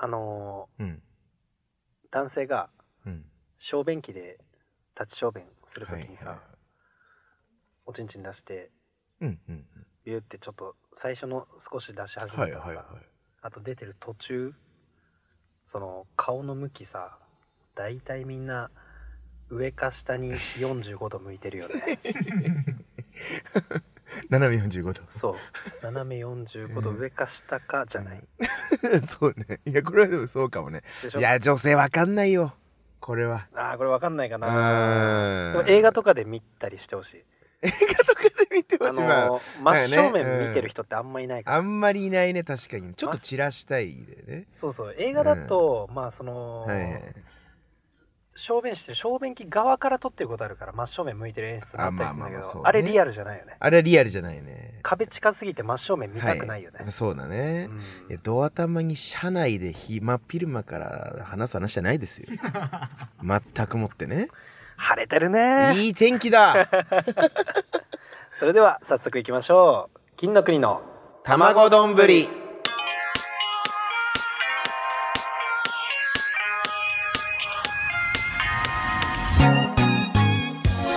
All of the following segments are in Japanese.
あのうん。ー男性がうん。小便器で立ち小便するときにさ、はいはいおちんちん出してうんうんビューってちょっと最初の少し出し始はめいたらさ、はいはい。あと出てる途中その顔の向きさ大体みんな上か下に45度向いてるよ ね斜め45度。そう斜め45度上か下かじゃない、 そうね。いや、これはでもそうかもね。でしょいや、女性わかんないよ。これは。ああこれわかんないかうなーん。でも映画ととかで見たりしてほしいかで見てほあしいわ。のー真正なんかね面うん見てる人ってあんまいないから、あんまりいないね、確かに。ちょっと散らしたいでね。そうそう映画だと、まあその、はいはいはい。小便してる正面機側から撮ってることあるから真正面向いてる演出もあったりするんだけどあ,、あまあまあまあそうねれリアルじゃないよねあれはリアルじゃないね。壁近すぎて真正面見たくないよね、はそうだねう。んいや、ドア玉に車内で暇昼間から話す話じゃな いですよ。全くもってね。晴れてるねいい天 気だそれでは早速いきましょう金の国の卵丼ぶり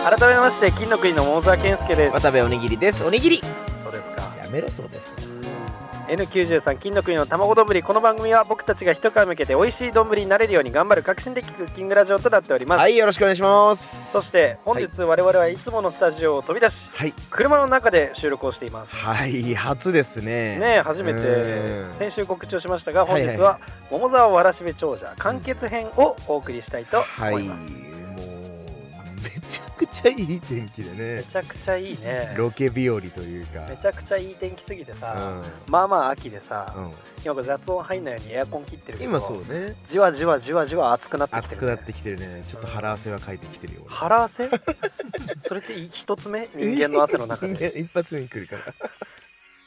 改めまして金の国の桃沢健介です渡部おにぎりです。おにぎりそうですかやめろそうです。 N93 金の国の卵丼ぶりこの番組は僕たちが一皮向けて美味しい丼になれるように頑張る革新的クッキングラジオとなっております、はい、よろしくお願いします。そして本日我々はいつものスタジオを飛び出しはい。車の中で収録をしていますはい、初ですね。ねえ初めうてん先週告知をしましたが本日はいはは桃沢わらしべ長者完結編をお送りしたいとは思い、いもます、う、めちゃくちゃいい天気でめね。ちゃくちゃいいねロケ日和というか。めちゃくちゃいい天気すぎてさ、うまあまあ秋でさ、んうん今これ雑音入んないようにエアコン切ってるけど今そうね。じわじわじわじわ暑くなってきて暑る、くね、なってきてるね。ちょっと腹汗はかいてきてるよ。俺腹汗 それって一つ目人間の汗の中で、ね 一発目に来るから。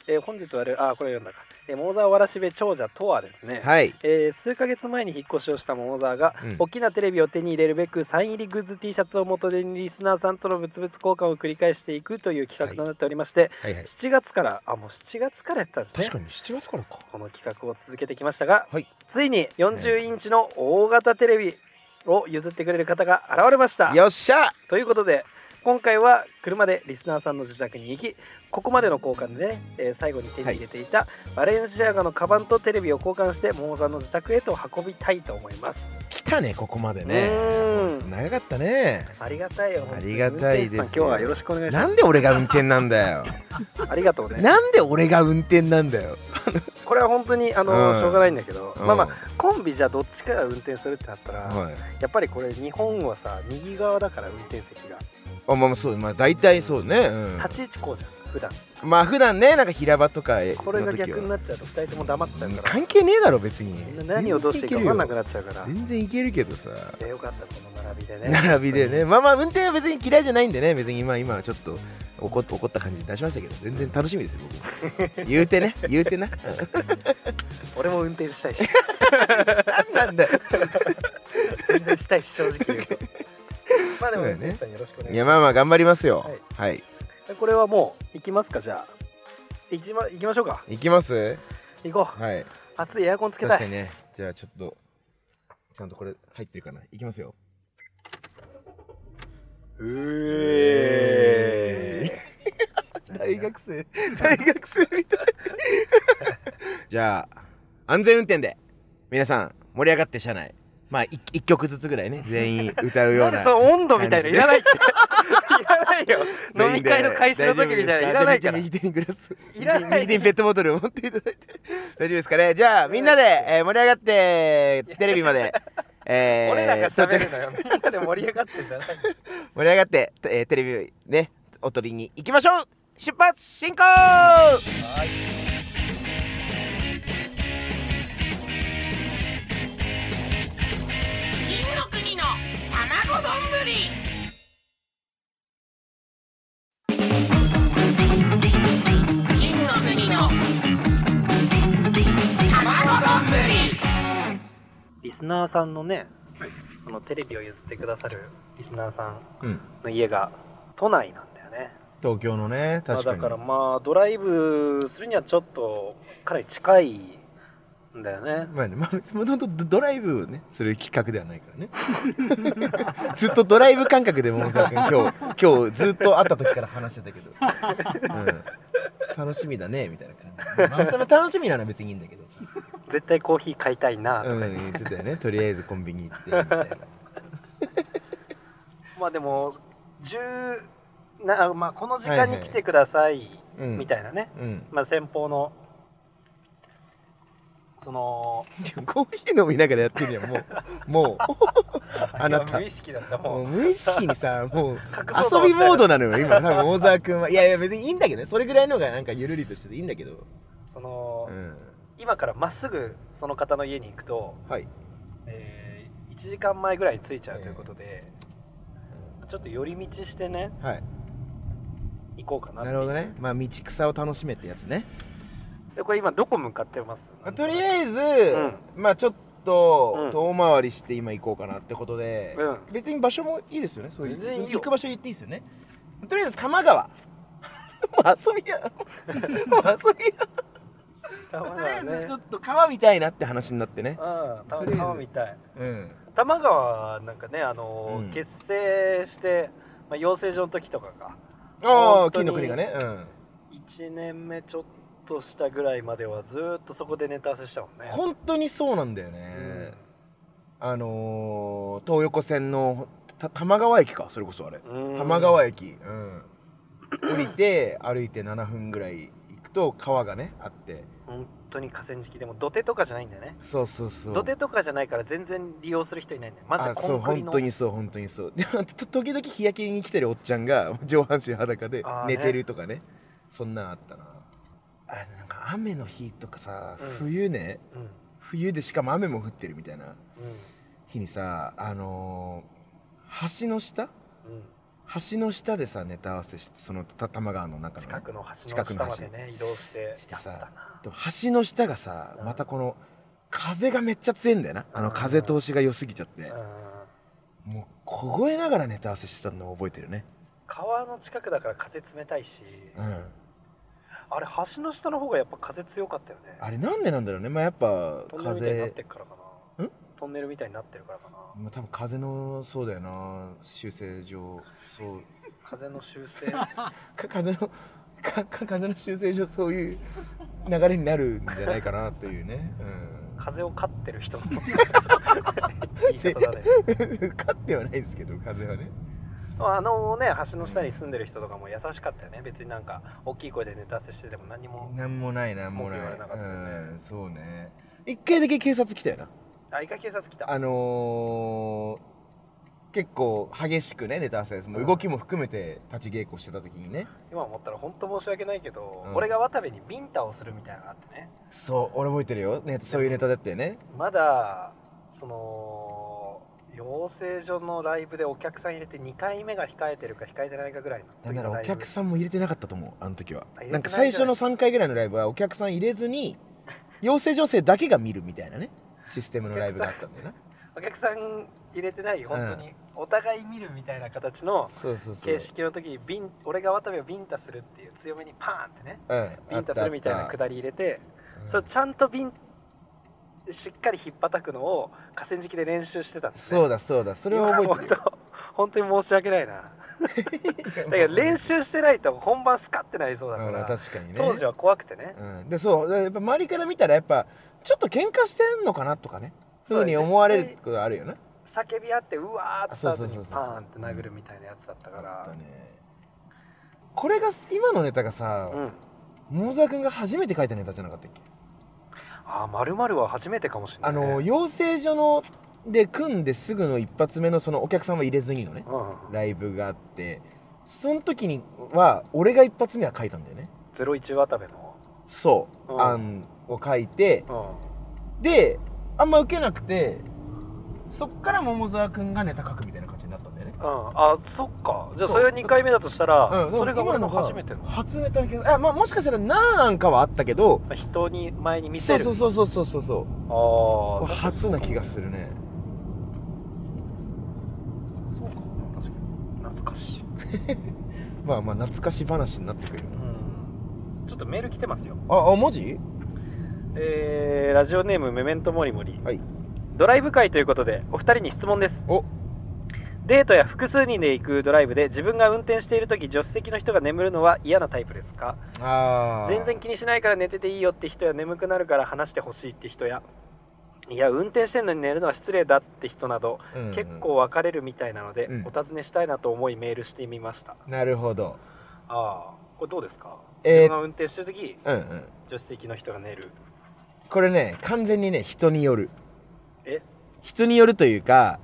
えー本日はあこれ読んだか、えー、桃沢わらしべ長者とはですね、はい。えー数ヶ月前に引っ越しをした桃沢が、うん大きなテレビを手に入れるべくサイン入りグッズ T シャツを元手にリスナーさんとの物々交換を繰り返していくという企画となっておりまして、はいはい。 7月からあもう7月からやってたんですね確かに7月からか。この企画を続けてきましたが、はいついに40インチの大型テレビを譲ってくれる方が現れましたよっしゃということで今回は車でリスナーさんの自宅に行きここまでの交換でね、えー最後に手に入れていたバレンシアガのカバンとテレビを交換して桃さんの自宅へと運びたいと思います来たね、ここまでうね。ーん長かったね。ありがたいよ本当にありがたいです運転手さん今日はよろしくお願いしまなすんで俺が運転なんだよ。ありがとうねなんで俺が運転なんだよ。これは本当にあの、うんしょうがないんだけど、うんまあまあコンビじゃどっちかが運転するってなったら、はい。やっぱりこれ日本はさ右側だから運転席があまあまあそうまあ大体そうね、うん立ち位置こうじゃん普段まあ普段ねなんか平場とかの時はこれが逆になっちゃうと2人とも黙っちゃうから関係ねえだろ別に何をどうしていいか分かんなくななっちゃうから全然いけるけどさいやよかったこの並びでね並びでねまあまあ運転は別に嫌いじゃないんでね別に今今はちょっと怒っ怒った感じに出しましたけど全然楽しみですよ僕 も言うてね言うてな俺も運転したいし なんなんだよ全然したいし正直言うとまあでもそ運うだよね転手さんよろしくお願いいしやまあまあ頑張りますよはい、ますこれはもう行きますかじゃあ行き,、ま、行きましょうかい、きます行こうはい暑いエアコンつけ確たかにいねじゃあちょっとちゃんとこれ入ってるかないきますよう え大学生大学生みたい じゃあ安全運転で皆さん盛り上がって車内まあ 1, 曲ずつぐらい ね全員歌うよなうんでなその温度みたいのいらないっていらないよ 全飲員みで会の開始の時みたいなのいらないから大丈夫ですじゃあ右手にグラスいらない右手にペットボトルを持っていただいて大丈夫ですかねじゃあみんなで、えー盛り上がってテレビ まで、えー俺らが喋る到のよ。みんなで盛り上がってんじゃない。着盛り上がって、えーテレビねおとりに行きましょう出発進行金の国の卵丼ぶり金の国の卵丼ぶりリスナーさんのね、はいそのテレビを譲ってくださるリスナーさんうんの家が都内なんだよね東京のねまあ、確かだに、からまあドライブするにはちょっとかなり近いんだよねまあね、まあ、もともとドライブをねする企画ではないからね ずっとドライブ感覚で桃沢君今日今日ずっと会った時から話してたけど、うん、楽しみだねみたいな感じ、まあ、楽しみなら別にいいんだけどさ、絶対コーヒー買いたいなとうか、ん、言ってたよねとりあえずコンビニ行ってみたいなまあでも10な、まあ、この時間に来てくださいうんみたいなね、うんまあ、先方のそのコーヒー飲みながらやってるやんもうもう あないやた無意識だったももう無意識に さもう隠そうとは遊びモードなのよ今多分大沢君はいやいや別にいいんだけどねそれぐらいのがなんかゆるりとしてていいんだけど、うその、うん、今からまっすぐその方の家に行くと、はいえ1時間前ぐらいに着いちゃうということで、ちょっと寄り道してねはい行こうかなってないうるほどねまあ道草を楽しめってやつね、でこれ今どこ向かってますまあとりえあえず、んまあちょっと、うん遠回りして今行こうかなってことで、う別に場所もいいですよねそういう全然いいよ行く場所言っていいですよねとりあえず多摩川 もう遊びやもう遊びやず多と摩りあ川えずねちょっと川見たいなって話になってね。うん多と摩りあえず川みたいうん。多摩川なんかねあのー、うん結成して、まあ、養成所の時とかがあ本あ、当に金の国がね。うん。 1年目ちょっとしたぐらいまではずーっとそこでネタ合わせしたもんね本当にそうなんだよね。あのー、東横線のた多摩川駅か、それこそあれ。多多摩川駅。うん。降りて歩いて7分ぐらい行くと川がねあって。本当に河川敷でも土手とかじゃないんだよねそうそうそう。土手とかじゃないから全然利用する人いないんだよマジであコそうンクリ本の当にそう本当にそうでもと時々日焼けに来てるおっちゃんが上半身裸であーね寝てるとかねそんなんあったなあれなんか雨の日とかさ、うん冬ねうんうん冬でしかも雨も降ってるみたいな日にさあのー橋の下うん橋の下でさネタ合わせしてその多摩川の中の近くの橋の近く下の橋までね移動してしてさやったなでも橋の下がさうんまたこの風がめっちゃ強いんだよなあの風通しが良すぎちゃってうんもう凍えながらネタ合わせしてたのを覚えてるね川の近くだから風冷たいし、うんあれ橋の下の方がやっぱ風強かったよねあれなんでなんだろうねまあやっぱトンネルみたいになっ風てるからかなんトンネルみたいになってるからかなまあ多分風のそうだよな修正上そう風の修 正か風のかか風の修正上そういう流れになるんじゃないかなというね、風を飼ってる人 の言い方だね うん、勝ってはないですけど風はねあのね橋の下に住んでる人とかも優しかったよね別になんか大きい声でネタ合わせしてても何もなんもないなんもない文句言われなかったよねうん、そうね一回だけ警察来たよなあいか警察来たあのー結構激しくねネタ合わせもう動きも含めて立ち稽古してた時にね今思ったら本当申し訳ないけど、うん俺が渡部にビンタをするみたいなのがあってねそう俺覚えてるよ、ね、そういうネタだったよねまだその養成所のライブでお客さん入れて2回目が控えてるか控えてないかぐらいのなん時ならのラおイブ客さんも入れてなかったと思うあの時はあ入れてないなんか最初の3回ぐらいのライブはお客さん入れずに養成女性だけが見るみたいなねシステムのライブがあったんだよなお客さん入れてない本当にお互い見るみたいな形のそうそうそう形式の時にビン俺が渡部をビンタするっていう強めにパーンってねうんあビったンタするみたいなくだり入れてうんそれちゃんとビンしっかり引っ叩くのを河川敷で練習してたんですねそうだそうだそれは覚えてる今本当 本当に申し訳ないなだから練習してないと本番スカってなりそうだから、うん確かにね当時は怖くてね、うん、でそうでやっぱ周りから見たらやっぱちょっと喧嘩してんのかなとかねそうふうに思われることあるよね叫び合ってうわーってした後にそうそうそうそうパーンって殴るみたいなやつだったかあったらねこれが今のネタがさうん桃沢君が初めて書いたネタじゃなかったっけあまるまるは初めてかもしれなあいね、の養成所ので組んですぐの一発目のそのお客さんは入れずにのねうん、ライブがあってその時には俺が一発目は書いたんだよねゼロ一渡部の、そう、うん案を書いてうであんま受けなくてそっから桃沢君がネタ書くみたいな感じになったんだよねあそっかじゃあそそうれが2回目だとしたらうんそれが俺の今初めての初ネタの気があまあもしかしたらなんかはあったけどまあ人に前に見そせうるそうそうそうそうそうそうああ初な気がするねそうか確かに懐かしい、まあまあ懐かし話になってくるようん、ちょっとメール来てますよなああ文字えーラジオネームメメントモリモリ、はいドライブ会ということでお二人に質問ですおデートや複数人で行くドライブで自分が運転している時助手席の人が眠るのは嫌なタイプですかああ全然気にしないから寝てていいよって人や眠くなるから話してほしいって人やいや運転してんのに寝るのは失礼だって人など、結構分かれるみたいなので、うんお尋ねしたいなと思いメールしてみましたなるほどああこれどうですか、えー自分が運転してる時うんうん助手席の人が寝るこれね完全にね人によるえ人によるというか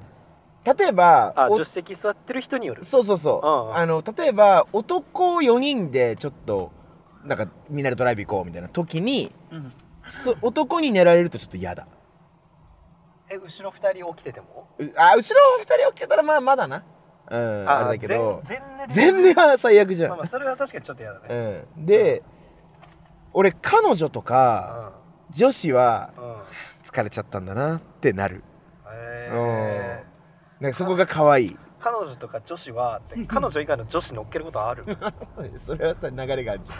例えばあお助手席座ってる人によるそうそうそううんうんあの例えば男4人でちょっとなんかみんなでドライブ行こうみたいな時にうんそ男に寝られるとちょっと嫌だえ後ろ2人起きててもうあ後ろ2人起きてたらまあまだなうんあれだけど全全寝で全然は最悪じゃまあんまあそれは確かにちょっと嫌だねうんで俺彼女とかう女子はんうん疲れちゃったんだなってなるえーなんかそこが可愛い彼女とか女子はって彼女以外の女子乗っけることある それはさ流れがあるじ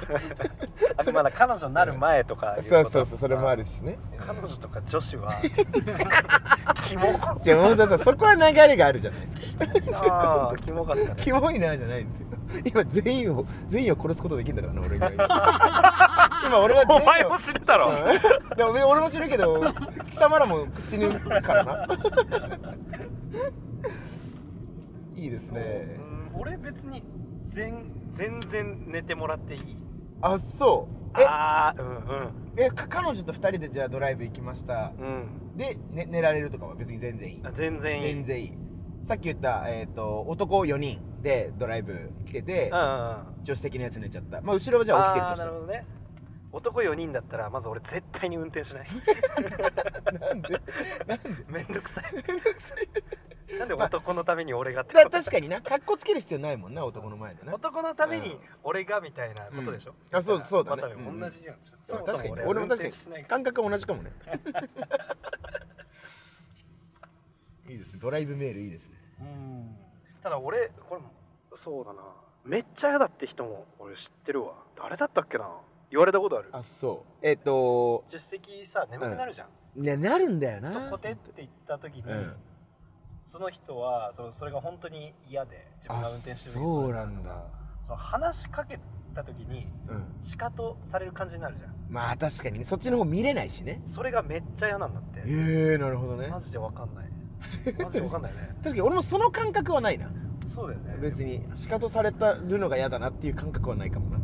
あとまだ彼女になる前とかいゃんこそとうそうそうそれもあるしね彼女とか女子はキモじゃあ桃沢さんそこは流れがあるじゃないですかああキモかったね キモいなじゃないんですよ今全員を全員を殺すことできんだからな俺が 今俺は全員をお前も知るだろうんでも俺も知るけど貴様らも死ぬからないいですねうん俺別に全全然寝てもらっていいあそうえああうんえか彼女と2人でじゃあドライブ行きましたうんうんで、ね、寝られるとかは別に全然いいあ全然いい全然いいさっき言った、えー、と男4人でドライブ来ててうんうんうん助手席のやつ寝ちゃったまあ後ろはじゃあ起きてるとしたあーなるほどね男4人だったらまず俺絶対に運転しないなんでめんどくさいなんで男のために俺がってだこ確かにな格好つける必要ないもんな男の前でとな男のために俺がみたいなことでしょ、うんあそうそうだねまあ多分うん同じじゃん、そもそ確かにも俺は俺運も確転かしないにから感覚は同じかもねいいですねドライブメールいいですねうんただ俺これもそうだなめっちゃ嫌だって人も俺知ってるわ誰だったっけな言われたことあるあそうえっ、と助手席さ眠くなるじゃん、ねなるんだよなとコテって言った時に、うんその人はそのそれが本当に嫌で自分が運転してる時あにれそうなんだその話しかけた時にうんシカとされる感じになるじゃんまあ確かにねそっちの方見れないしねそれがめっちゃ嫌なんだってえー、なるほどねマジでわかんないマジでわかんない ね確かに俺もその感覚はないなそうだよね別に仕方されたるのが嫌だなっていう感覚はないかもな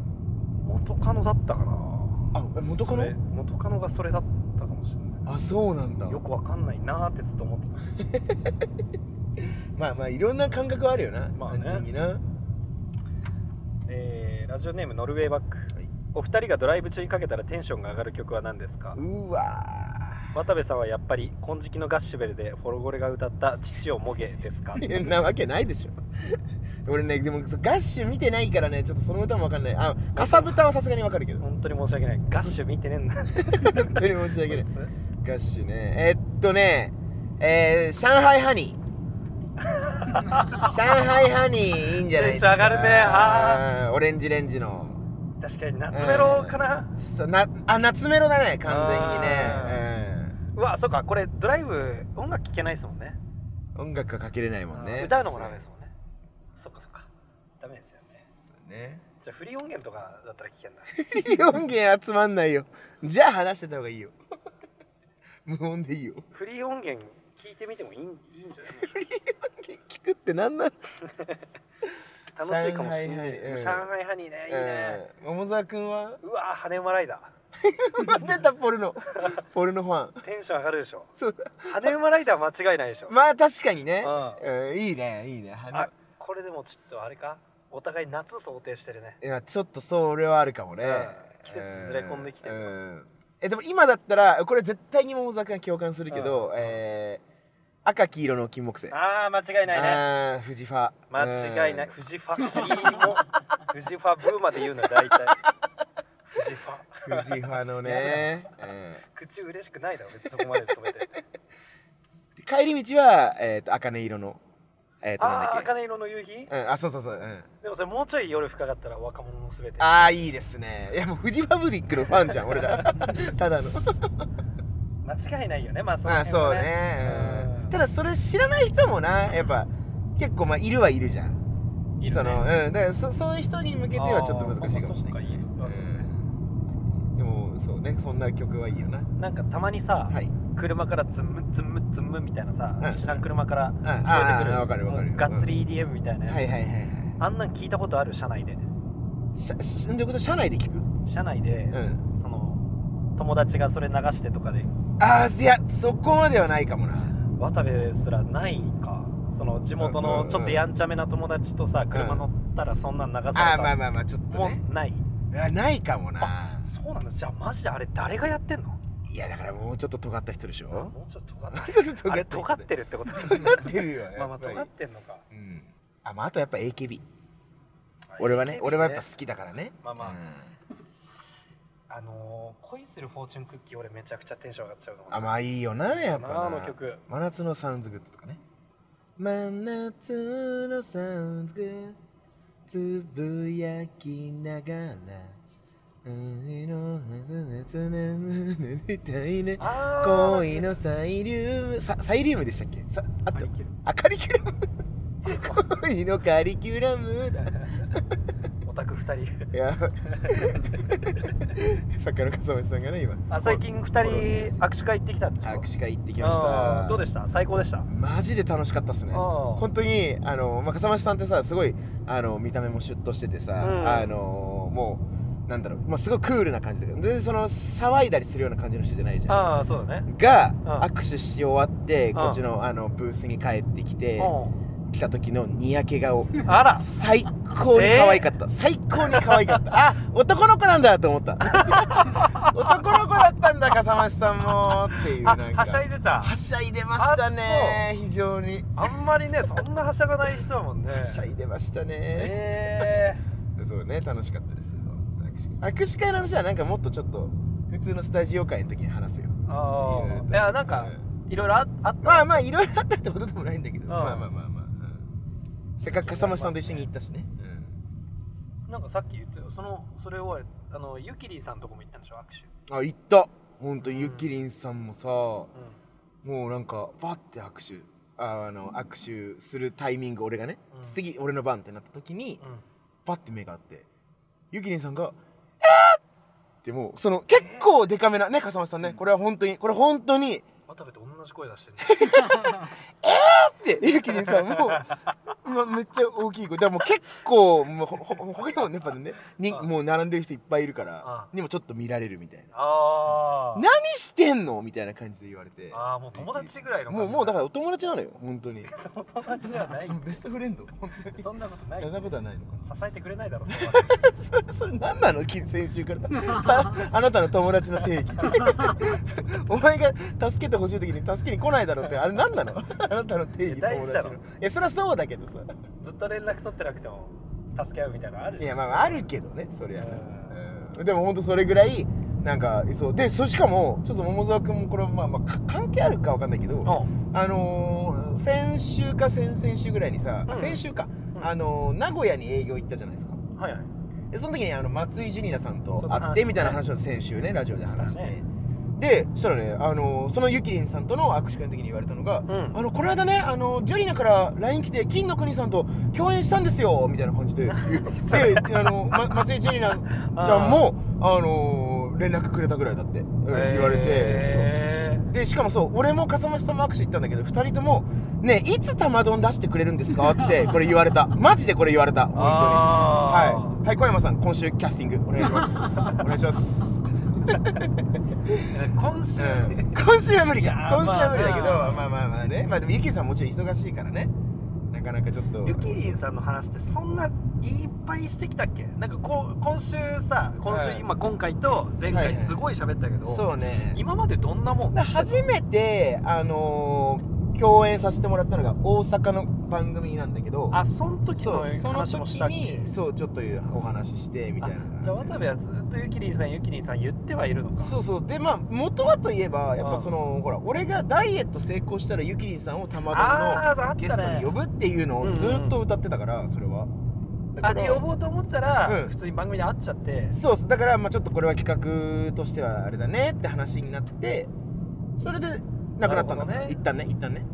元カノだったかなあえ元カノそれ元カノがそれだったかもしれないあそうなんだよくわかんないなーってずっと思ってたまあまあいろんな感覚はあるよなまあね何になえーラジオネームノルウェーバック、はいお二人がドライブ中にかけたらテンションが上がる曲は何ですかうわ渡部さんはやっぱり金色のガッシュベルでフォロゴレが歌った父をもげですかーなわけないでしょ俺ねでもそうガッシュ見てないからねちょっとその歌もわかんないあかさぶたはさすがにわかる けど本当に申し訳ないガッシュ見てねえんだ本当に申 し訳ないガッシュねえーっとねえー、上海ハニー 上海ハニーいいんじゃないですかテンション上がるねあうんオレンジレンジの確かに夏メロかな、そうなあ夏メロだね完全にね、うわそうかこれドライブ音楽聴けないですもんねうん、音楽はかけれないもんねあー歌うのも ダメですもんねそっかそっかダメですよねねじゃあフリー音源とかだったら聞 けんだ音源集まんないよじゃあ話してた方がい いよ無音でいいよフリー音源聞いてみてもいいいいんじゃないでしょ聞くってなんなのうか楽しいかもしれない上海ハニーうん上海ハニーねいいね、うん桃沢君はうわー羽馬ライダー出たポ ルノポルノファンテンション上がるでしょそうだ羽馬ライダー間違いないでしょ、まあ確かにね、ううん、いいねいいねあのあこれでもちょっとあれかお互い夏想定してるねいやちょっとそれはあるかもね、うん季節ずれ込んできてるうんうんえでも今だったらこれ絶対に桃沢君は共感するけど、えー赤黄色の金木犀ああ間違いないねあーフジファ間違いないうフジファフジも フジファブーまで言うのよ大体フジファんフジファ のね、うん口嬉しくないだろ別にそこまで止 めて帰り道はえっ、と茜色のえっ、となんああだっけ茜色の夕日うん、あそうそうそう、うん、でもそれもうちょい夜深かったら若者のすべてああいいですねいやもうフジファブリックのファンじゃん俺 らただの間違いないよねまあそのまあ辺はそうね、ううんん、ただそれ知らない人もなやっぱ結構まあいるはいるじゃんいるねそのうんだからそそういう人に向けてはちょっと難しいかもしれないあーまあそっかいるあそうねうんでもそうねそんな曲はいいよななんかたまにさ、はい車からズンムズンムズンムみたいなさ、うん知らん車からん聞こえてくる、あーわかるわかるもうがっつり EDM みたいなやつ、はいはいはいはあんなん聞いたことある車内でいしゃしんどいうこと車内で聞く車内で、うんその友達がそれ流してとかでああいやそこまではないかもな渡部すらないかその地元うんうんのうんちょっとやんちゃめな友達とさ車乗ったらそんなん流されあたあまあまあまあちょっともねうないあないかもなそうなんだじゃあマジであれ誰がやってんのいやだからもうちょっと尖った人でし ょもうちょっと尖ってちょっとるあれ人尖ってるってことだよね 尖ってるよやっぱりまあまあ尖ってんのかうんあまああとやっぱ AKB 俺はね俺はやっぱ好きだからねまあまあうんあのー恋するフォーチュンクッキー俺めちゃくちゃテンション上がっちゃうのあまあいいよなやっぱなあなあの曲真夏のサウンズグッドとかね真夏のサウンズグッドつぶやきながら海の夏の寝たいねあー恋のサイリウムさサイリウムでしたっけさあったあカリキュラム恋のカリキュラムだ オタク2人いや作家の笠松さんがね今あ最近2人握手会行ってきたんでしょ握手会行ってきましあたーどうでした最高でしたマジで楽しかったっすねあー本当にあの、まあ、笠間さんってさすごいあの見た目もシュッとしててさ、うんあのもうなんだろう、まあ、すごいクールな感じで全然その騒いだりするような感じの人じゃないじゃんああそうだねが、ん握手し終わって、んこっちのあのブースに帰ってきて、う来た時のにやけ顔んあら最高に可愛かった、最高に可愛か ったあ男の子なんだと思った男の子だったんだ笠間さんもっていうなんあかはしゃいでたはしゃいでましたね非常にあんまりねそんなはしゃがない人だもんねはしゃいでましたね、えそうね楽しかったですよ握手握手会の話はなんかもっとちょっと普通のスタジオ会の時に話すよー、あいろいろあといやなんかいろいろああったまあまあいろいろあったってことでもないんだけどんまあまあまあまあ、うんせっかく笠間さんと一緒に行ったしね、なんかさっき言ってたそのそれをあのゆきりんさんのとこも行ったんでしょ握手あ行った本当ゆきりんさんもさ、もうなんかバッて握手ああの握手するタイミング俺がね、うん次俺の番ってなった時に、うん、うん、バッて目があってゆきりんさんが「えっ!」ってもうその結構デカめなね笠間さんねこれは本当にこれ本当に渡部と同じ声出してるってゆきりんさんも、ま、めっちゃ大きい声でもう結構もうほほほ他にもねやっぱねにあもう並んでる人いっぱいいるからあにもちょっと見られるみたいな あ何してんのみたいな感じで言われてああもう友達ぐらいの感じもうもうだかららお友達なのよ本当にその 友達じゃないベストフレンド本当にそんなことないそんなことはないのかな支えてくれないだろそこは それそれ何なの金先週からさあなたの友達の定義 お前が助けてほしい時に助けに来ないだろうってあれ何なの あなたの定義いや大事友だ達ろのえそりゃそうだけどさずっと連絡取ってなくても助け合うみたいなのあるいじゃやんまあまああるけどねそりゃ、うんでもほんとそれぐらいなんかそうでそしかもちょっと桃沢君もこれはまあまあか関係あるかわかんないけど、うんあのー先週か先々週ぐらいにさ、あうん先週か、うんあのー名古屋に営業行ったじゃないですかはいはいでその時にあの松井ジュニアさんとそんな話会ってみたいな話を先週ねラジオで話ししたて、ねでそしたらね、あのーそのゆきりんさんとの握手会の時に言われたのが、んあのこの間ね、あのジュリナから LINE 来て金の国さんと共演したんですよみたいな感 じでであの、ま、松井ジュリナちゃんもあのー連絡くれたぐらいだって、うん言われて、へそうでしかもそう俺も笠間さんも握手行ったんだけど2人とも「ねえいつ玉丼出してくれるんですか?」ってこれ言われたマジでこれ言われた本当にあはい、はい、小山さん今週キャスティングお願いします お願いしますー今週、うん今週は無理かいやー今週は無理だけどままああまあまあねまあでもゆきりんさんもちろん忙しいからねなかなかちょっと ゆきりんさんの話ってそんないっぱいしてきたっけなんかこう今週さ今週、はい今今回と前はいは回いすごい喋ったけど、そうね今までどんなもんだ初めてあのー共演させてもらったのが大阪の番組なんだけどあその時のそうその話もしたっ時けにそうちょっとお話ししてみたいなあじゃあ渡部はずっとゆきりんさんゆきりんさん言ってはいるのかそうそうでまあ元はといえばやっうぱんそのほら俺がダイエット成功したらゆきりんさんをたまあたーあまっのゲたストねに呼ぶっていうのうんうをんずっと歌ってたからそれはあだからで呼ぼうと思ったら、うん普通に番組で会っちゃってそうそうだからまあちょっとこれは企画としてはあれだねって話になってそれでなくなったんだなるほどね一旦ね一旦ね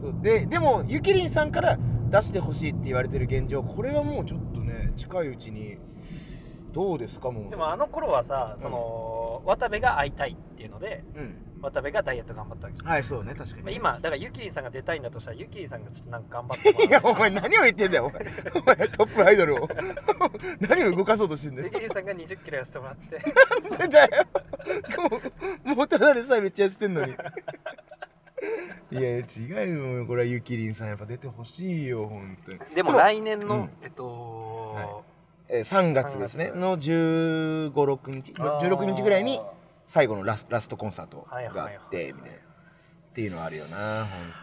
そうででもゆきりんさんから出してほしいって言われてる現状これはもうちょっとね近いうちにどうですかもうでもあの頃はさその、渡部が会いたいっていうのでうん渡部がダイエット頑張ったわけじゃん、はいそうね確かに、まあ今だからゆきりんさんが出たいんだとしたらゆきりんさんがちょっとなんか頑張ってもいらやうお前何を言ってんだよお前お前トップアイドルを 何を動かそうとしてんだゆよきりんさんが2 0キロ痩せてもらってなんでだよもうもうただでさえめっちゃ痩せて んのにいや違うよこれはゆきりんさんやっぱ出てほしいよ本当にでも来年の、うんえっと、はえー3月ですねの1 5六日16日ぐらいに最後のラスラストコンサートがあって、はいはいはいはいみたいなっていうのはあるよな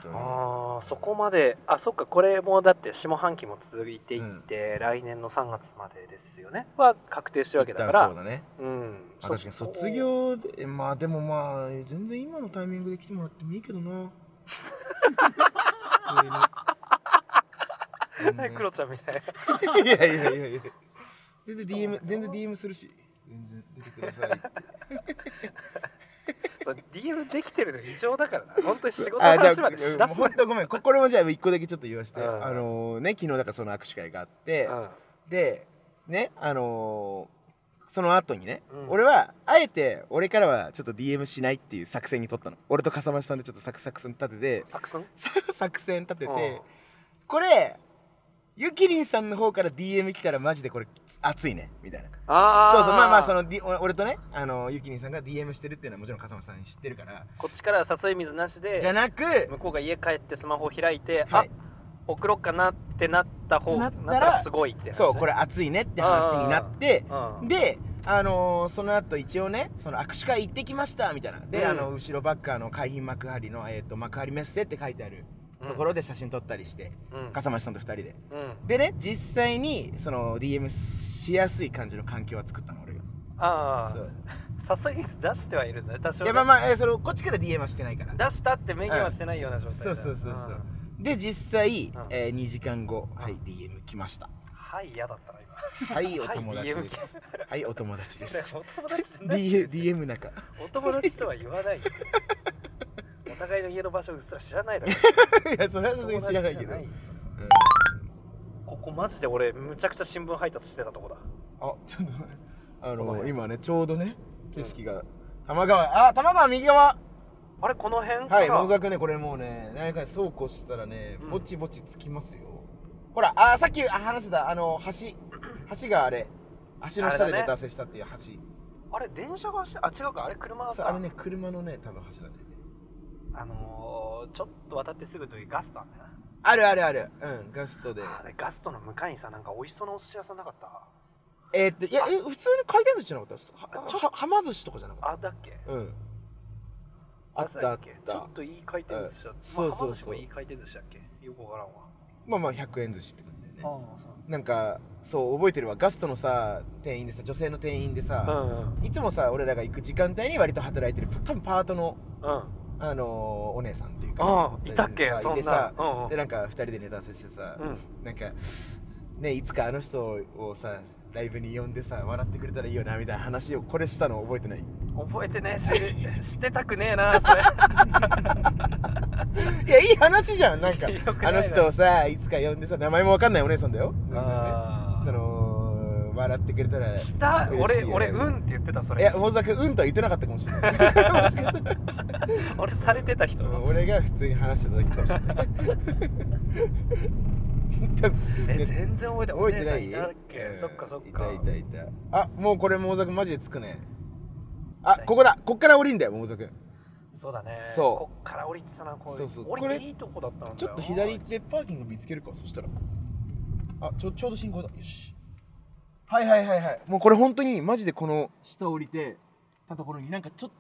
本あーそこまであそっかこれもだって下半期も続いていって、来年の3月までですよねは確定してる当わけに一だか旦らそうだねうんあ確かに卒業でまあでもまあ全然今のタイミングで来てもらってもいいけ どな普通にクロちゃんみたいないやいやいやいや全然 DM 全然 DM するし全然出てくださいそう DM できてるの異常だからな本当に仕事の話までしだすな本当ごめんここれもじゃあ一個だけちょっと言わして、うんあのね昨日だからその握手会があって、うんでねあのーその後にね、うん俺はあえて俺からはちょっと DM しないっていう作戦に取ったの俺と笠間さんでちょっとサクサク戦立てて 作戦さ作戦立てて、うんこれゆきりんさんの方から DM 来たらマジでこれ熱いねみたいなあそうそうまあまあそのの、D、俺俺とねあのゆきりんさんが DM してるっていうのはもちろん笠間さん知ってるからこっちからは誘い水なしじゃでなく向こうが家帰ってスマホ開いて、はいあ送ろっかなってなった方ななったらったらすごいって話ねそうこれ熱いねって話になってうんであのーその後一応ねその握手会行ってきましたみたいなで、うんあの後ろバッカーの海浜幕張の、えー、と幕張メッセって書いてあるところで写真撮ったりして、うん笠間さんと2人でうんでね実際にその DM しやすい感じの環境は作ったの俺があそうあ誘い水出してはいるんだね多少いねやまあまあ、えーそのこっちから DM はしてないから出したって明言はしてないような状態だそうそうそうそうで実際、え2時間後はい DM 来ましたんはい嫌だったな はいおはい友達ですはいお友達 です今お友達じゃない D- DM 中お友達とは言わないよお互いの家の場所うっすら知らないだ ろいやそれはさすがに知らない友達じゃよけどそれはここマジで俺むちゃくちゃ新聞配達してたとこだあちょっと待ってあごめのん今ねちょうどね景色が、多摩川あ多摩川右側あれこの辺はいから野沢君ねこれもうね何回走行してたらね、うんぼちぼちつきますよほらあさっきあ話してたあの橋橋があれ橋の下あれだでねネタ合わせしたっていう橋そうあれ電車が走あ違うかあれ車あ,、かれね車のね多分橋なんだよねあのー、ちょっと渡ってすぐの時ガストなんだよなあるあるあるうんガストであーでガストの向かいにさなんか美味しそうなお寿司屋さんなかったえー、っといやあえ普通に回転寿司じゃなかったちょはははま寿司とかじゃなかっあだっけたうんあっ朝たやあっけちょたっといい回転寿司だっうんた、そうそうそまあ、う浜寿司もいい回転寿司だっけよくわからんわまあまあ100円寿司って感じだよねああそうなんかそう覚えてるわガストのさ店員でさ女性の店員でさ、うんうんいつもさ俺らが行く時間帯に割と働いてる多分パートの、うんあのーお姉さんっていうかああいたっけさそんいてなさうんうんでなんか2人でネタ合わせしてさ、うんなんかねいつかあの人をさライブに呼んでさ笑ってくれたらいいよなみたいな話をこれしたの覚え てない覚えてね えし知ってたくねえなそれいやいい話じゃんなんかよくないなあの人をさいつか呼んでさ名前もわかんないお姉さんだよあその笑ってくれたらした嬉し俺いよね俺うんって言ってたそいやれ大阪うんとは言ってなかったかもしれ ないもしかしたら俺されてた人俺が普通に話してただけかも しれない多分え全然覚えてないお覚姉えてさなんいいたっけうんそっかそっかいたいたいたあもうこれモーザくマジでつくねあここだこっから降りんだよモーザくそうだねそうこっから降りてたなこうそうそう降りこてれいいとこだったんだよちょっと左行ってパーキング見つけるかそしたらあちょちょうど信号だよしはいはいはいはいもうこれ本当にマジでこの下降りてたところになんかちょっ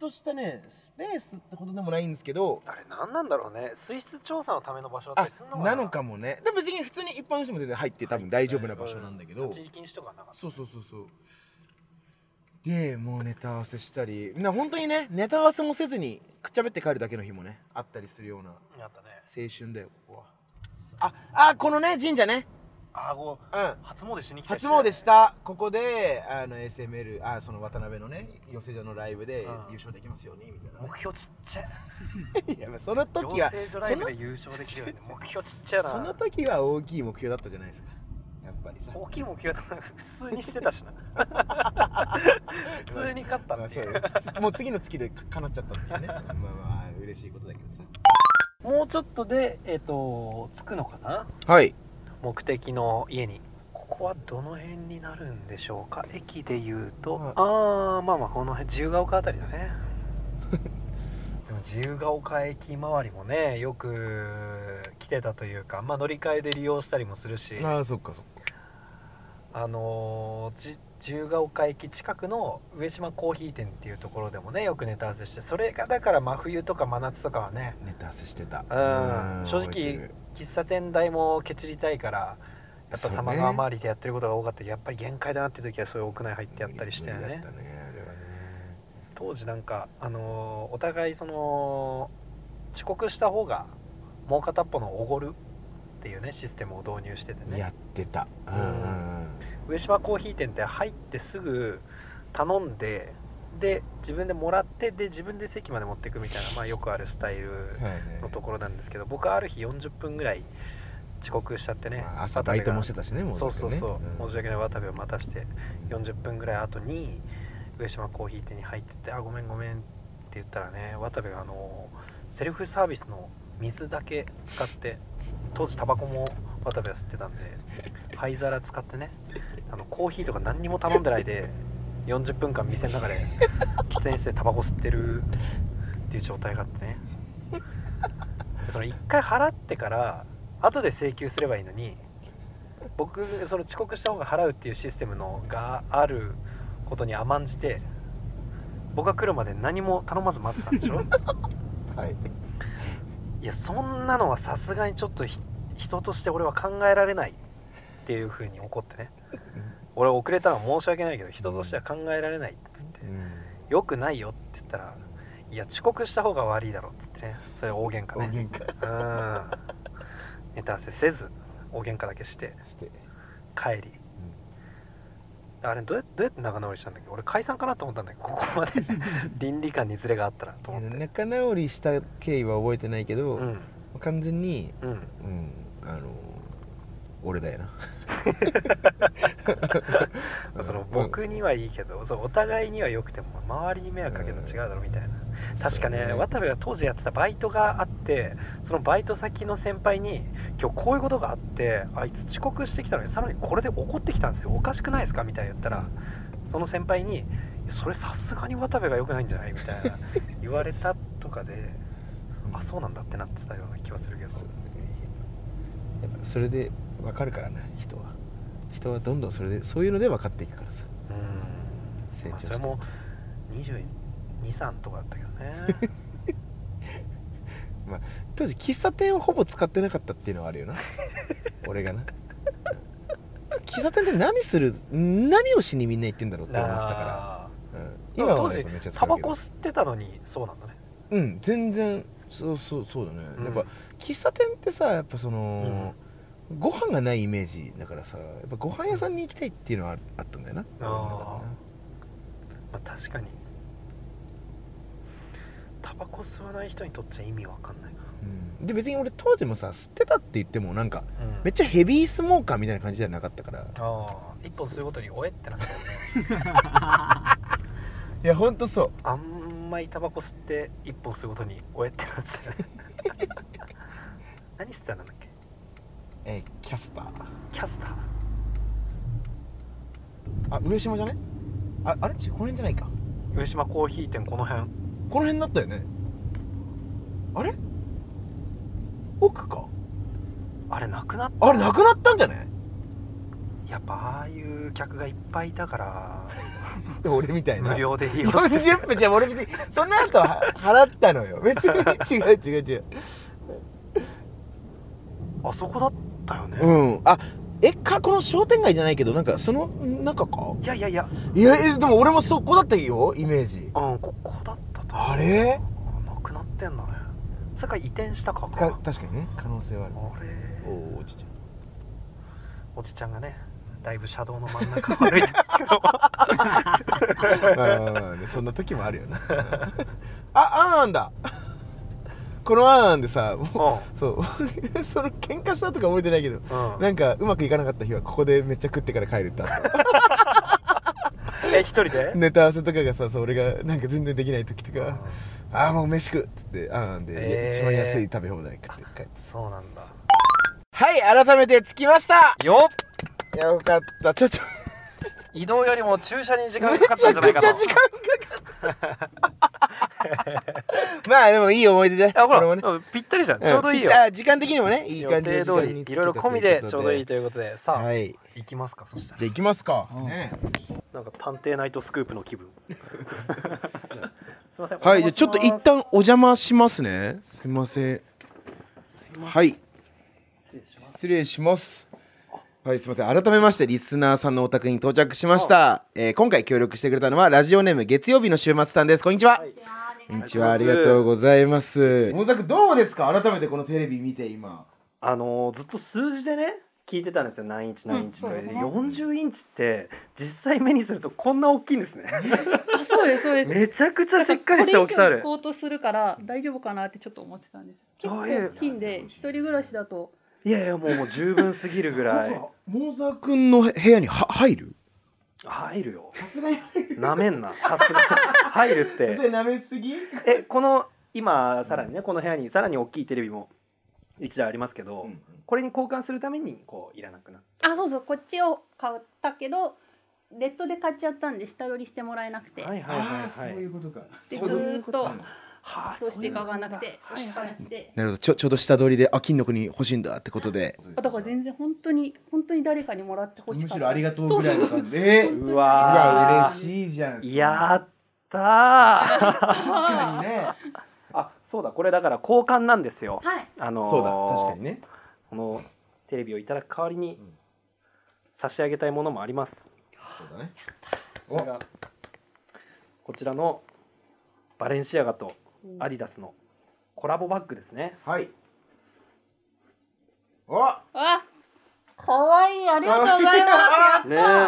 としたねスペースってことでもないんですけどあれ何なんだろうね水質調査のための場所だったありするのかななのかもねでも別に普通に一般の人も全然入って多分大丈夫な場所なんだけど立ち入り禁止とかはなかっそうそうそうそうでもうネタ合わせしたりな本当にねネタ合わせもせずにくっちゃべって帰るだけの日もねあったりするような青たあったね春だよここはああこのね神社ねあごうん初詣しに来たり初て詣したここであの SML あその渡辺のね寄せ所のライブで優勝できますようにみたいなね、 目標ちっちゃいいやまあその時養は成所そライブので優勝できるよ ね目標ちっちゃいそのな時は大きい目標だったじゃないですかやっぱりさ大きい目標だな普通にしてたしな 普通に勝ったあってそいうう よもう次の月でか叶っちゃったっていうねまあまあ嬉しいことだけどさもうちょっとでえっ、と着くのかなはい目的の家にここはどの辺になるんでしょうか駅で言うと、はいああまあまあこの辺自由が丘あたりだねでも自由が丘駅周りもねよく来てたというか、まあ、乗り換えで利用したりもするし、ああそっかそっかあのーじ自由が丘駅近くの上島コーヒー店っていうところでもねよくネタ合わせしてそれがだから真冬とか真夏とかはねネタ合わせしてたうん正覚えて直る喫茶店代もケチりたいからやっぱそう多ね摩川周りでやってることが多かったやっぱり限界だなっていう時はそういう屋内入ってやったりしてね無理だったねあれはね当時なんか、あのーお互いその遅刻した方がもう片っぽのおごるっていうねシステムを導入しててやねってたうんうん上島コーヒー店って入ってすぐ頼んでで自分でもらってで自分で席まで持ってくみたいな、まあ、よくあるスタイルはいねのところなんですけど僕はある日40分ぐらい遅刻しちゃってね、まあ朝バイトもしてたたしねもそうそうそう、申し訳訳ない渡部を待たして40分ぐらい後に上島コーヒー店に入ってって「あごめんごめん」って言ったらね渡部があのセルフサービスの水だけ使って当時タバコも渡部は吸ってたんで灰皿使ってねあのコーヒーとか何にも頼んでないで40分間店の中で喫煙室でタバコ吸ってるっていう状態があってねでその1回払ってから後で請求すればいいのに僕その遅刻した方が払うっていうシステムのがあることに甘んじて僕が来るまで何も頼まず待ってたんでしょはいいやそんなのはさすがにちょっとひ人として俺は考えられないっていうふうに怒ってね俺遅れたのは申し訳ないけど人としては考えられないっつって「よくないよ」って言ったら「いや遅刻した方が悪いだろ」っつってねそれ大喧嘩大ね喧嘩うんネタ合わせせず大喧嘩だけしてして帰り、あれどうやどうやって仲直りしたんだっけ俺解散かなと思ったんだけどここまで 倫理観にずれがあったらと思って仲直りした経緯は覚えてないけど、うん完全に、うんうん、あの俺だよ なその僕にはいいけどそうお互いには良くても周りに迷惑かけるの違うだろみたいな確かそうねね渡部が当時やってたバイトがあってそのバイト先の先輩に「今日こういうことがあってあいつ遅刻してきたのにさらにこれで怒ってきたんですよおかしくないですか?」みたいな言ったらその先輩に「それさすがに渡部が良くないんじゃない?」みたい な言われたとかで「あそうなんだ」ってなってたような気はするけどそうやっぱそれで分かるからな人は人はどんどんそれでそういうので分かっていくからさう成ん、まあ、長してそれも223とかだったけどね当時喫茶店をほぼ使ってなかったっていうのはあ るよな俺がな喫茶店で何する何をしにみんな行ってんだろうって思ってたかあーら、うん、でも当はや時っぱめっちゃ使うけどタバコ吸ってたのにそうなんだねうん全然そうそうそうだね、うんやっぱ喫茶店ってさやっぱその、ご飯がないイメージだからさやっぱご飯屋さんに行きたいっていうのはああったんだよなあーまあ、確かにタバコ吸わない人にとっちゃ意味わかんないな、うんで別に俺当時もさ吸ってたって言ってもなんかうんめっちゃヘビースモーカーみたいな感じじゃなかったからああ一本吸うごとにおえってなってたよねいやほんとそうあんまりタバコ吸って一本吸うごとにおえってなってたよね 何吸ってたんだっけえーキャスターキャスターだあ上島じゃねああれちこの辺じゃないか上島コーヒー店この辺この辺だったよねあれ奥かあれなくなったあれなくなったんじゃないやっぱああいう客がいっぱいいたから 俺みたいな無料で利用する40分じゃあ俺別にその後は払ったの よ別に違う違う違うあそこだったよね、うんあえかこの商店街じゃないけどなんかその中かいやいやいや、いやえでも俺もそこだったよイメージうん、ここだったとあれあなくなってんだねそれから移転したかかか確かにね可能性はあるあれおおちちゃおじちゃんがねだいぶ車道の真ん中を歩いてますけどんまあまあまあねそんな時もあるよなああーんだこのあーんでさもうそう その喧嘩したとか覚えてないけ どうん、うん、なんかうまくいかなかった日はここでめっちゃ食ってから帰るってあったえ一人で、ネタ合わせとかがさそう俺がなんか全然できない時とうんか「ああもう飯食う」っつって「ああなんで、えー一番安い食べ放題食って帰ってそうなんだはい改めて着きましたよっいやよかったちょっと移動よりも駐車に時間めかかっちたゃんじゃないくかちとゃ時間かかったまあでもいい思い出であほこれら、もねうんぴったりじゃん、んちょうどいいよあ時間的にもねいい予感じの定時間通りに着けたいろいろ込みでちょうどいいとということでうさことあ、ではい行きますかそしたらじゃあ行きますか、うんねなんか探偵ナイトスクープの気分 すいませんはいじゃあちょっと一旦お邪魔しますねすいませんすいませんはい失礼します失礼しますはいすみません改めましてリスナーさんのお宅に到着しました、えー今回協力してくれたのはラジオネーム月曜日の週末さんですこんにちは、はいこんにちはありがとうございますモザクどうですか改めてこのテレビ見て今あのーずっと数字でね聞いてたんですよ何インチ何インチと、うんそうだね40インチって実際目にするとこんな大きいんですねあそうですそうです。めちゃくちゃしっかりした大きさあなるんかこれ以上行こうとするから大丈夫かなってちょっと思ってたんです。結あいやいや構金で一人暮らしだといやいやもうもう十分すぎるぐら いモザくんの部屋には入る入るよさすがに入 るなめんなさすが入るって舐めすぎえこの今さらにねこの部屋にさらに大きいテレビも一台ありますけど、これに交換するためにこういらなくなっあそうそうこっちを買ったけどネットで買っちゃったんで下取りしてもらえなくて、てはいはいああはいそうはいいうことかでずーっとはあそうして買わなくそういうてのなんだはいはいして。なるほどちょちょうど下取りであ金の国欲しいんだってことであだから全然本当に本当に誰かにもらってほしかむった。しろありがとうぐらいの感じでえーううわわー嬉しいじゃんやったー確かにねあそうだこれだから交換なんですよはい。あのーそうだ確かにねこのテレビをいただく代わりにん差し上げたいものもありますそうだねそれがこちらのバレンシアガとアディダスのコラボバッグですねはい。お、あ可愛いありがとうございま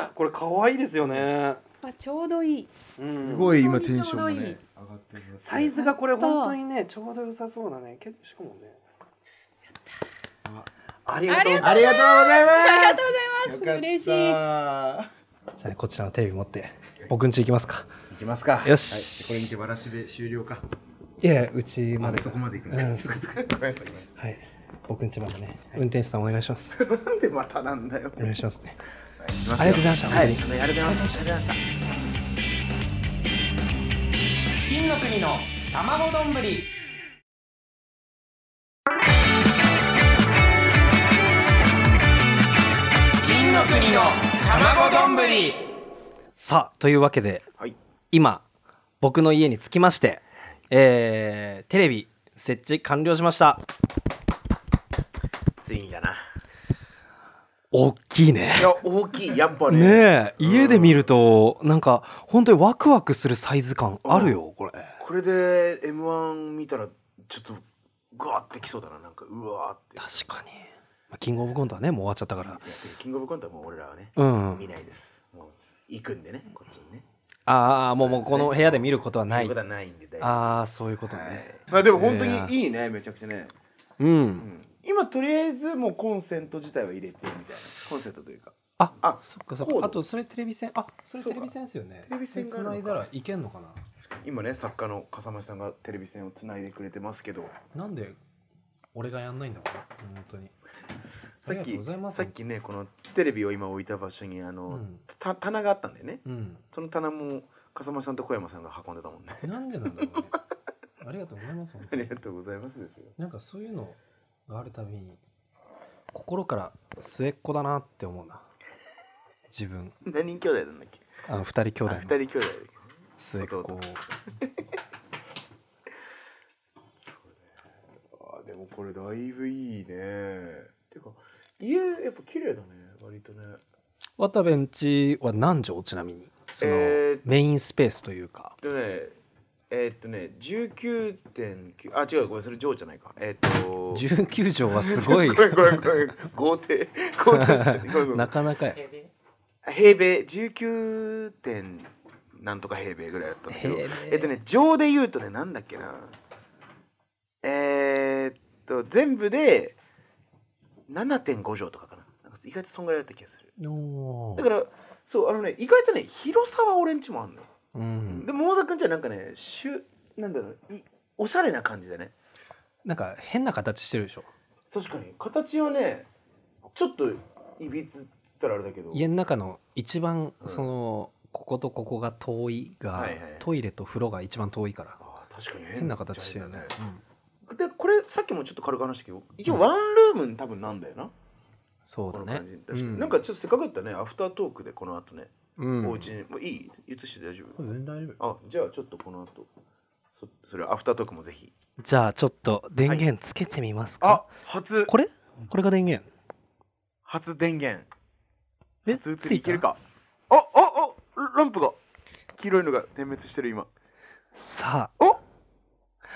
ねえこれ可愛いですよね、す。あちょうどいい。うん、すごい今本テ当にンちシょうョンどもいいね上がってます。サイズがこれ本当にねちょうど良さそうなね結構しかもねありがとうありがとうございます。ありがとうございます。嬉しい。い。じゃあこちらのテレビ持って僕ん家行きますかいきますか。よしはいこれにてわらしべ終了か。いやうちままでだそこまで行くうの。んすぐすぐ。ごめんなさい。ごめんなさはい僕ん家までね運転手さんお願いしますいなんでまたなんだよ。お願いしますねはい行きまあすりがよとうございましたはい。あ本り当がにとうございます。ありがとうございました。金の国の卵丼ぶり金の国の卵丼ぶりさあというわけで、はい今僕の家に着きまして、えーテレビ設置完了しましたついにだな。大きいねいや、大きい、やっぱね。ねえ家で見るとなんか本当にワクワクするサイズ感あるよこれこれで M1 見たら、ちょっと、ぐわってきそうだな。なんか、うわーって。確かにまあキングオブコントはねもう終わっちゃったからキングオブコントはもう俺らはね、うん見ないです。もう、行くんでね、こっちにね。ああもうもそううですこねの部屋で見ることはな行いくことはないんで、大丈ああそういうことね、まあでも本当にいいね、めちゃくちゃね。うん今とりあえずもうコンセント自体は入れてるみたいなコンセントというかああそっかそコーっかドあとそれテレビ線あそれテレビ線ですよねテレビ線があるの繋かいだらいけんのかな今ね作家の笠間さんがテレビ線をつないでくれてますけどなんで俺がやんないんだろうな本当にさっありがとうきございますさっきねこのテレビを今置いた場所にあの、うんた棚があったんだよねうんその棚も笠間さんと小山さんが運んでたもんね なんでなんだろうねありがとうございます本あ当りにがとうございますですよなんかそういうのがあるたびに心から末っ子だなって思うな自分何人兄弟なんだっけあの二人兄弟あの二人兄弟末っ子弟あでもこれだいぶいいねてか家やっぱ綺麗だね割とね渡部んちは何畳ちなみにその、えーメインスペースというかでねえーっとね19.9あ違うごめんそれジョーじゃないかえーっと19畳は すごい ごめんごめんごめん豪邸豪邸だってごめんごめんなかなかや平米19点なんとか平米ぐらいだったんだけど平米えっとね上で言うとねなんだっけなえー、っと全部で7.5畳とかかななんか意外とそんぐらいだった気がするおだーからそうあのね意外とね広さは俺んちもあんのようんでモーザくんちはなんかねしゅなんだろういおしゃれな感じだねなんか変な形してるでしょ確かに形はねちょっといびつっつったらあれだけど家の中の一番うんその、こことここが遠いが、はいはいトイレと風呂が一番遠いからあー確かに変変な形してるねうんでこれさっきもちょっと軽く話したけど一応うんワンルームに多分なんだよな、そうだこのね感じ確かに、うなんかちょっとせっかくだったらねアフタートークでこの後ね、うんおうちにもういい移して大丈夫全然大丈夫あじゃあちょっとこの後そそれアフタートークもぜひじゃあちょっと電源つけてみますか、あ初これこれが電源初電源え初移つりいたけるかあああランプが黄色いのが点滅してる今さあお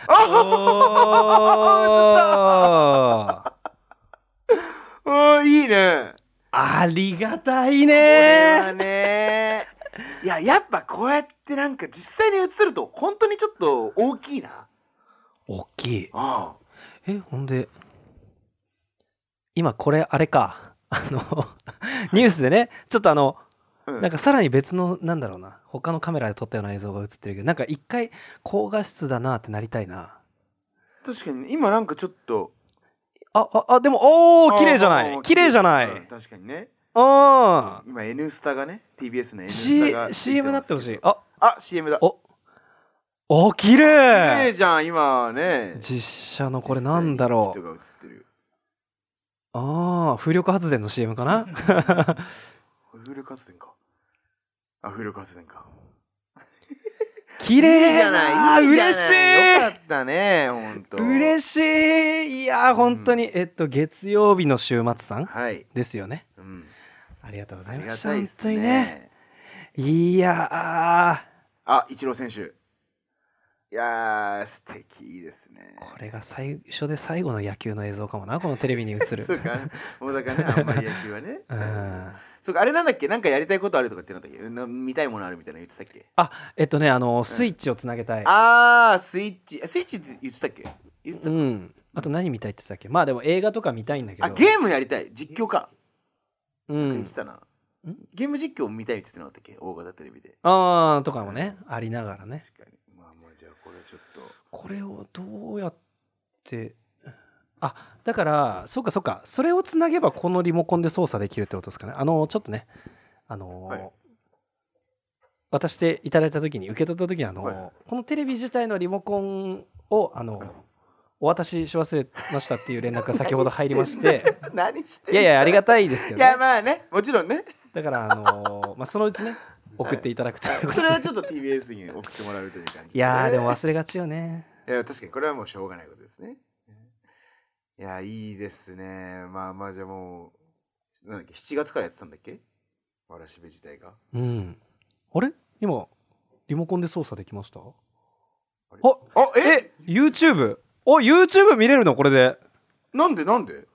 ああーいいねありがたいこれはねね いややっぱこうやってなんか実際に映ると本当にちょっと大きいな大きいああえほんで今これあれかあのニュースでねちょっとあのうんなんかさらに別のなんだろうな他のカメラで撮ったような映像が映ってるけどなんか一回高画質だなってなりたいな確かにね今なんかちょっとあああでもおあおー綺麗じゃなまあい綺麗じゃないうん確かにねう今 N スタがね TBS のん N ス C タがつい CM まなっすてけどほしいああ CM だおお綺綺麗麗じゃん今ね実写のこれなんだろ実際うに人が映ってるああ風力発電の CM かな風力発電かあ風力発電か綺麗いいじゃなあいいいじゃない嬉しいよかったね本当しい嬉しいいやー本当に、えっと月曜日の週末さんはいですよねうんありがとうござあいりまがしたたいです本当にねいやあイチロー選手いやー素敵いいですねーこれが最初で最後の野球の映像かもなこのテレビ に映るそうか大阪ねあんまり野球はね うんそうかあれなんだっけなんかやりたいことあるとかってなんだっけな見たいものあるみたいなの言ってたっけあえっとねあのスイッチをつなげたい、あースイッチえスイッチって言ってたっけ言ってたうっけんあと何見たいって言ってたっけまあでも映画とか見たいんだけどあゲームやりたい実況かう言んってたな、んゲーム実況見たいって言ってなかったっけ大型テレビであーとかもねありながらね確かにまあまあじゃあこれちょっとこれをどうやってあだからそうかそうかそれをつなげばこのリモコンで操作できるってことですかねあのちょっとねあのーはい渡していただいた時に受け取った時にあのー、はいこのテレビ自体のリモコンをあのーはいお渡しし忘れましたっていう連 絡が先ほど入りまして何してんいやのいやありがたいですけいど、やね、まあねもちろ んねだからあのー、まあ、そのうちね送っていただくということで、そ れはちょっと TBS に送ってもらうという感じいやーでもね忘れがちよねいや確かにこれはもうしょうがないことですねいやいいですねまあまあじゃあもうなんだっけ7月からやってたんだっけわらしべ自体がうん。あれ今、リモコンで操作できましたあれああええ ?YouTube? お YouTube 見れるのこれで。なんでなんで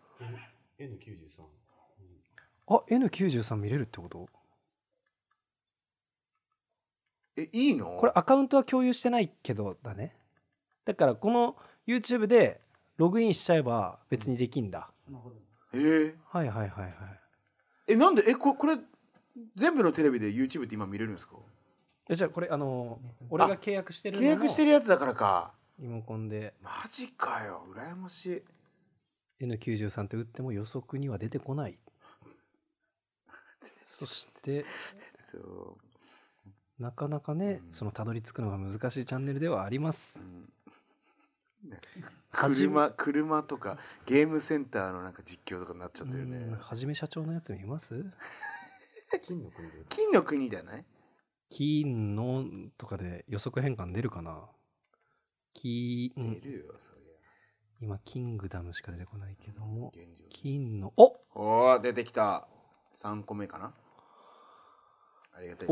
N93 あ N93 見れるってことえいいのこれアカウントは共有してないけどだね。だからこの YouTube でログインしちゃえば別にできんだ。えーはいはいはいはい。えなんでえここれ全部のテレビで YouTube って今見れるんですかえじゃあこれあの俺が契約してる契約してるるやつだからかリモコンでマジかよ羨ましい N93 って打っても予測には出てこ ない。そしてそうなかなかね、うんそのたどり着くのが難しいチャンネルではありますう。 ん車車とかゲームセンターのなんか実況とかになっちゃってる ねうんはじめ社長のやつ見ます金の国で金の国じゃない金のとかで予測変換出るかな金、いるよ、そりゃ。今、キングダムしか出てこないけども、現状金の、おおー、出てきた。3個目かなありがたいですね。おー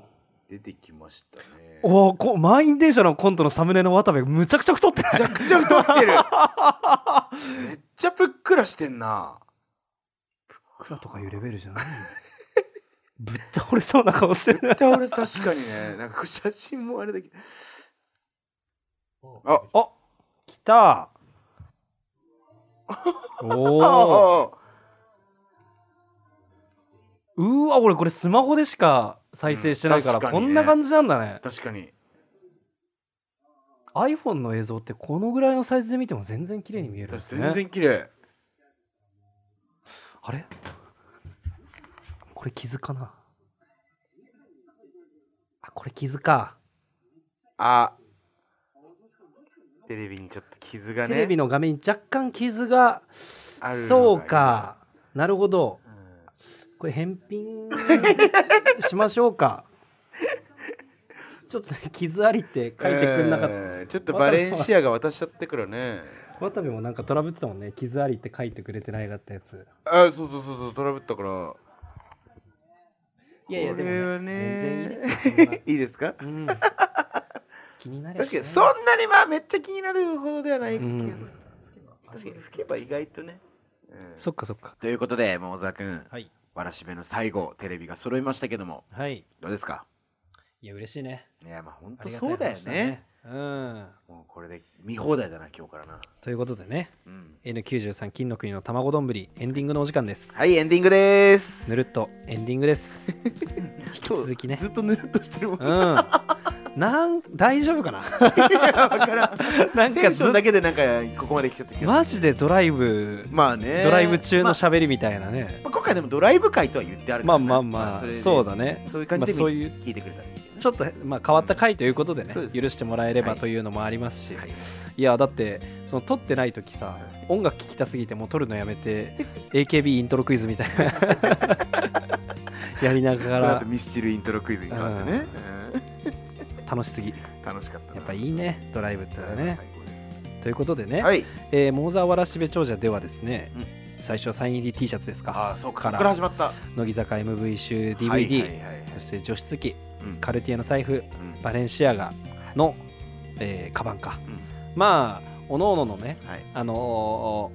おー出てきましたね。おーこ満員電車のコントのサムネの渡部むちゃくちゃ太ってないめちゃくちゃ太ってるめっちゃぷっくらしてんな。ク ラとかいうレベルじゃない ぶっ倒れそうな顔してる倒れ確かにね、なんか写真もあれだけど。あお来 たおおああうわ俺これスマホでしか再生してないかうんら確こかにねんな感じなんだね確かに。 iPhone の映像ってこのぐらいのサイズで見ても全然綺麗に見えるんです全ね然綺麗。あれこれ傷かなあこれ傷かあ。テレビにちょっと傷がね。テレビの画面に若干傷があるのがそうかなるほど今。うんこれ返品しましょうかちょっとね傷ありって書いてくんなかった、えーちょっとバレンシアが渡しちゃってからね。渡部もなんかトラブってたもんね傷ありって書いてくれてないかったやつあ、そうそうそうそう、トラブったから。いやいやこれはねでも全然いいですよいいですかそんなうん 気になる確かにそんなにまあめっちゃ気になるほどではない気がする。確かに吹けば意外とね。そっかそっかということで、桃沢君、はいわらしべの最後、テレビが揃いましたけども、はいどうですかいや嬉しいねいや、まあ本あ当りがたいそうだよ話ねうんもうこれで見放題だな、今日からな。ということでねうん N93 金の国の卵丼エンディングのお時間ですはい、エンディングでーす。ぬるっとエンディングです 引き続きねずっとぬるっとして るもん。うん。なん大丈夫かな。 なんテかンショずンだけでなんかここまで来ちゃったけど。マジでドライブ、まあね。ドライブ中のまあ喋りみたいなね。まあ今回でもドライブ会とは言ってあるまからあね、まあまあ、れでそうだね。そういう感じでまあみ、そういう聞いてくれたらいいよねちょっとまあ変わった回ということでね、そうです許してもらえればはいというのもありますし、、はいい、やだってその撮ってない時さ、音楽聴きたすぎてもう撮るのやめて AKB イントロクイズみたいな やりなそがのら後ミスチルイントロクイズに変わってね、楽しすぎ。うん楽しかったなやっぱいいねドライブってのはね最。高ですということでね、はいえー、モーザーわらしべ長者ではですね、うん最初はサイン入り T シャツですかああそうかかそらこから始まった乃木坂 MV 集 DVD、はいはいはいはいそして除湿機うんカルティエの財布うんバレンシアガの、えー、カバンか、うんまあおのおののねはいあの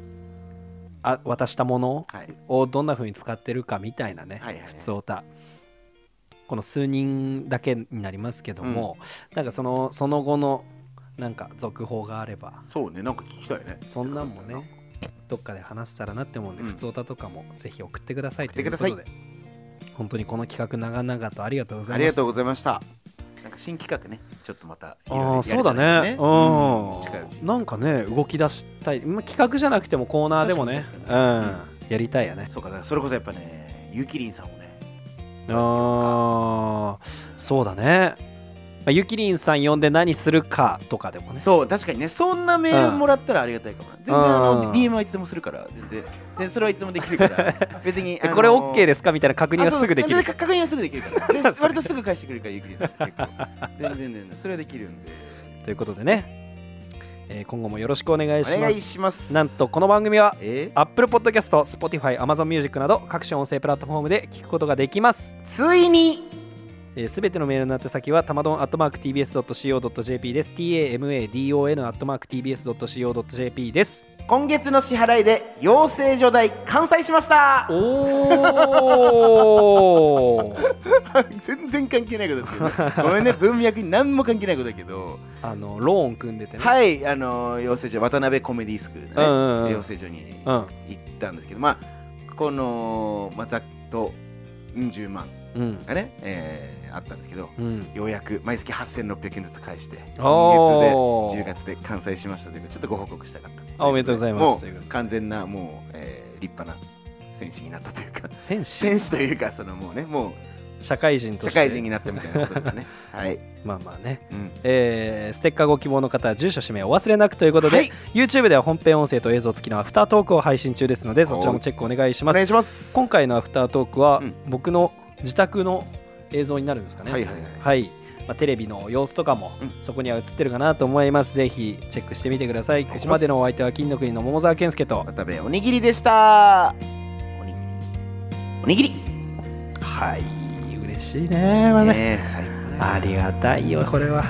ーあ渡したものはいをどんな風に使ってるかみたいなね、はいはい普通歌この数人だけになりますけども、なんかそのその後のなんか続報があればそうねなんか聞きたいねそんなんもね、どっかで話せたらなって思うんで、うん普通歌とかもぜひ送ってください送っといてうくこださいとで、本当にこの企画長々とありがとうございます。ありがとうございましたなんか新企画ねちょっとまたいろいろああやそれうだたらいねい、うん近いうちうん、になんかね動き出したい、まあ、企画じゃなくてもコーナーでもね、確うん、やりたいよねそうかだからそれこそやっぱねゆきりんさんをねああそうだね、まあ、ゆきりんさん呼んで何するかとかでもねそう確かにねそんなメールもらったらありがたいかもな全然あうんの DM はいつでもするから全然全然それはいつでもできるから別にえこれ OK でですかみたいな確認はすぐできるあそう全然確認はすぐできる からで割とすぐ返してくれるからゆきりんさんって結構全然全然それはできるんでということでね、えー今後もよろしくお願いしますお願いしますなんとこの番組はえ Apple Podcast、Spotify、Amazon Music など各種音声プラットフォームで聞くことができます。ついにす、え、べ、全てのメールの宛先はたまどん .tbs.co.jp です。tamadon.tbs.co.jp です。今月の支払いで養成所代完済しました おー全然関係ないことだけどごめんね文脈に何も関係ないことだけどあのローン組んでてね。はいあの養成所渡辺コメディスクールのね、うんうんうん養成所にうん行ったんですけどまあこの、まあ、ざっとうん10万うんがね、えーあったんですけどうん。ようやく毎月8600円ずつ返して今月でおー10月で完済しましたということでちょっとご報告したかったですあおめでとうございますもということうで完全なもう、えー立派な戦士になったというか 戦士。戦士というかそのもうねもう社会人として社会人になったみたいなことですねはい、まあまあね、うん、えーステッカーご希望の方は住所氏名お忘れなくということで、はい YouTube では本編音声と映像付きのアフタートークを配信中ですのでそちらもチェックお願いしおま願すいします今回のアフタートークはうん僕の自宅の映像になるんですかねはいはいはいはいまあ、テレビの様子とかもうんそこには映ってるかなと思います、ぜひチェックしてみてください願こいしこまますでのお相手は金の国の桃沢健介と渡部おにぎりでしたおにぎりおにぎりはい嬉しいねまだねねえ最高だよありがたいよこれは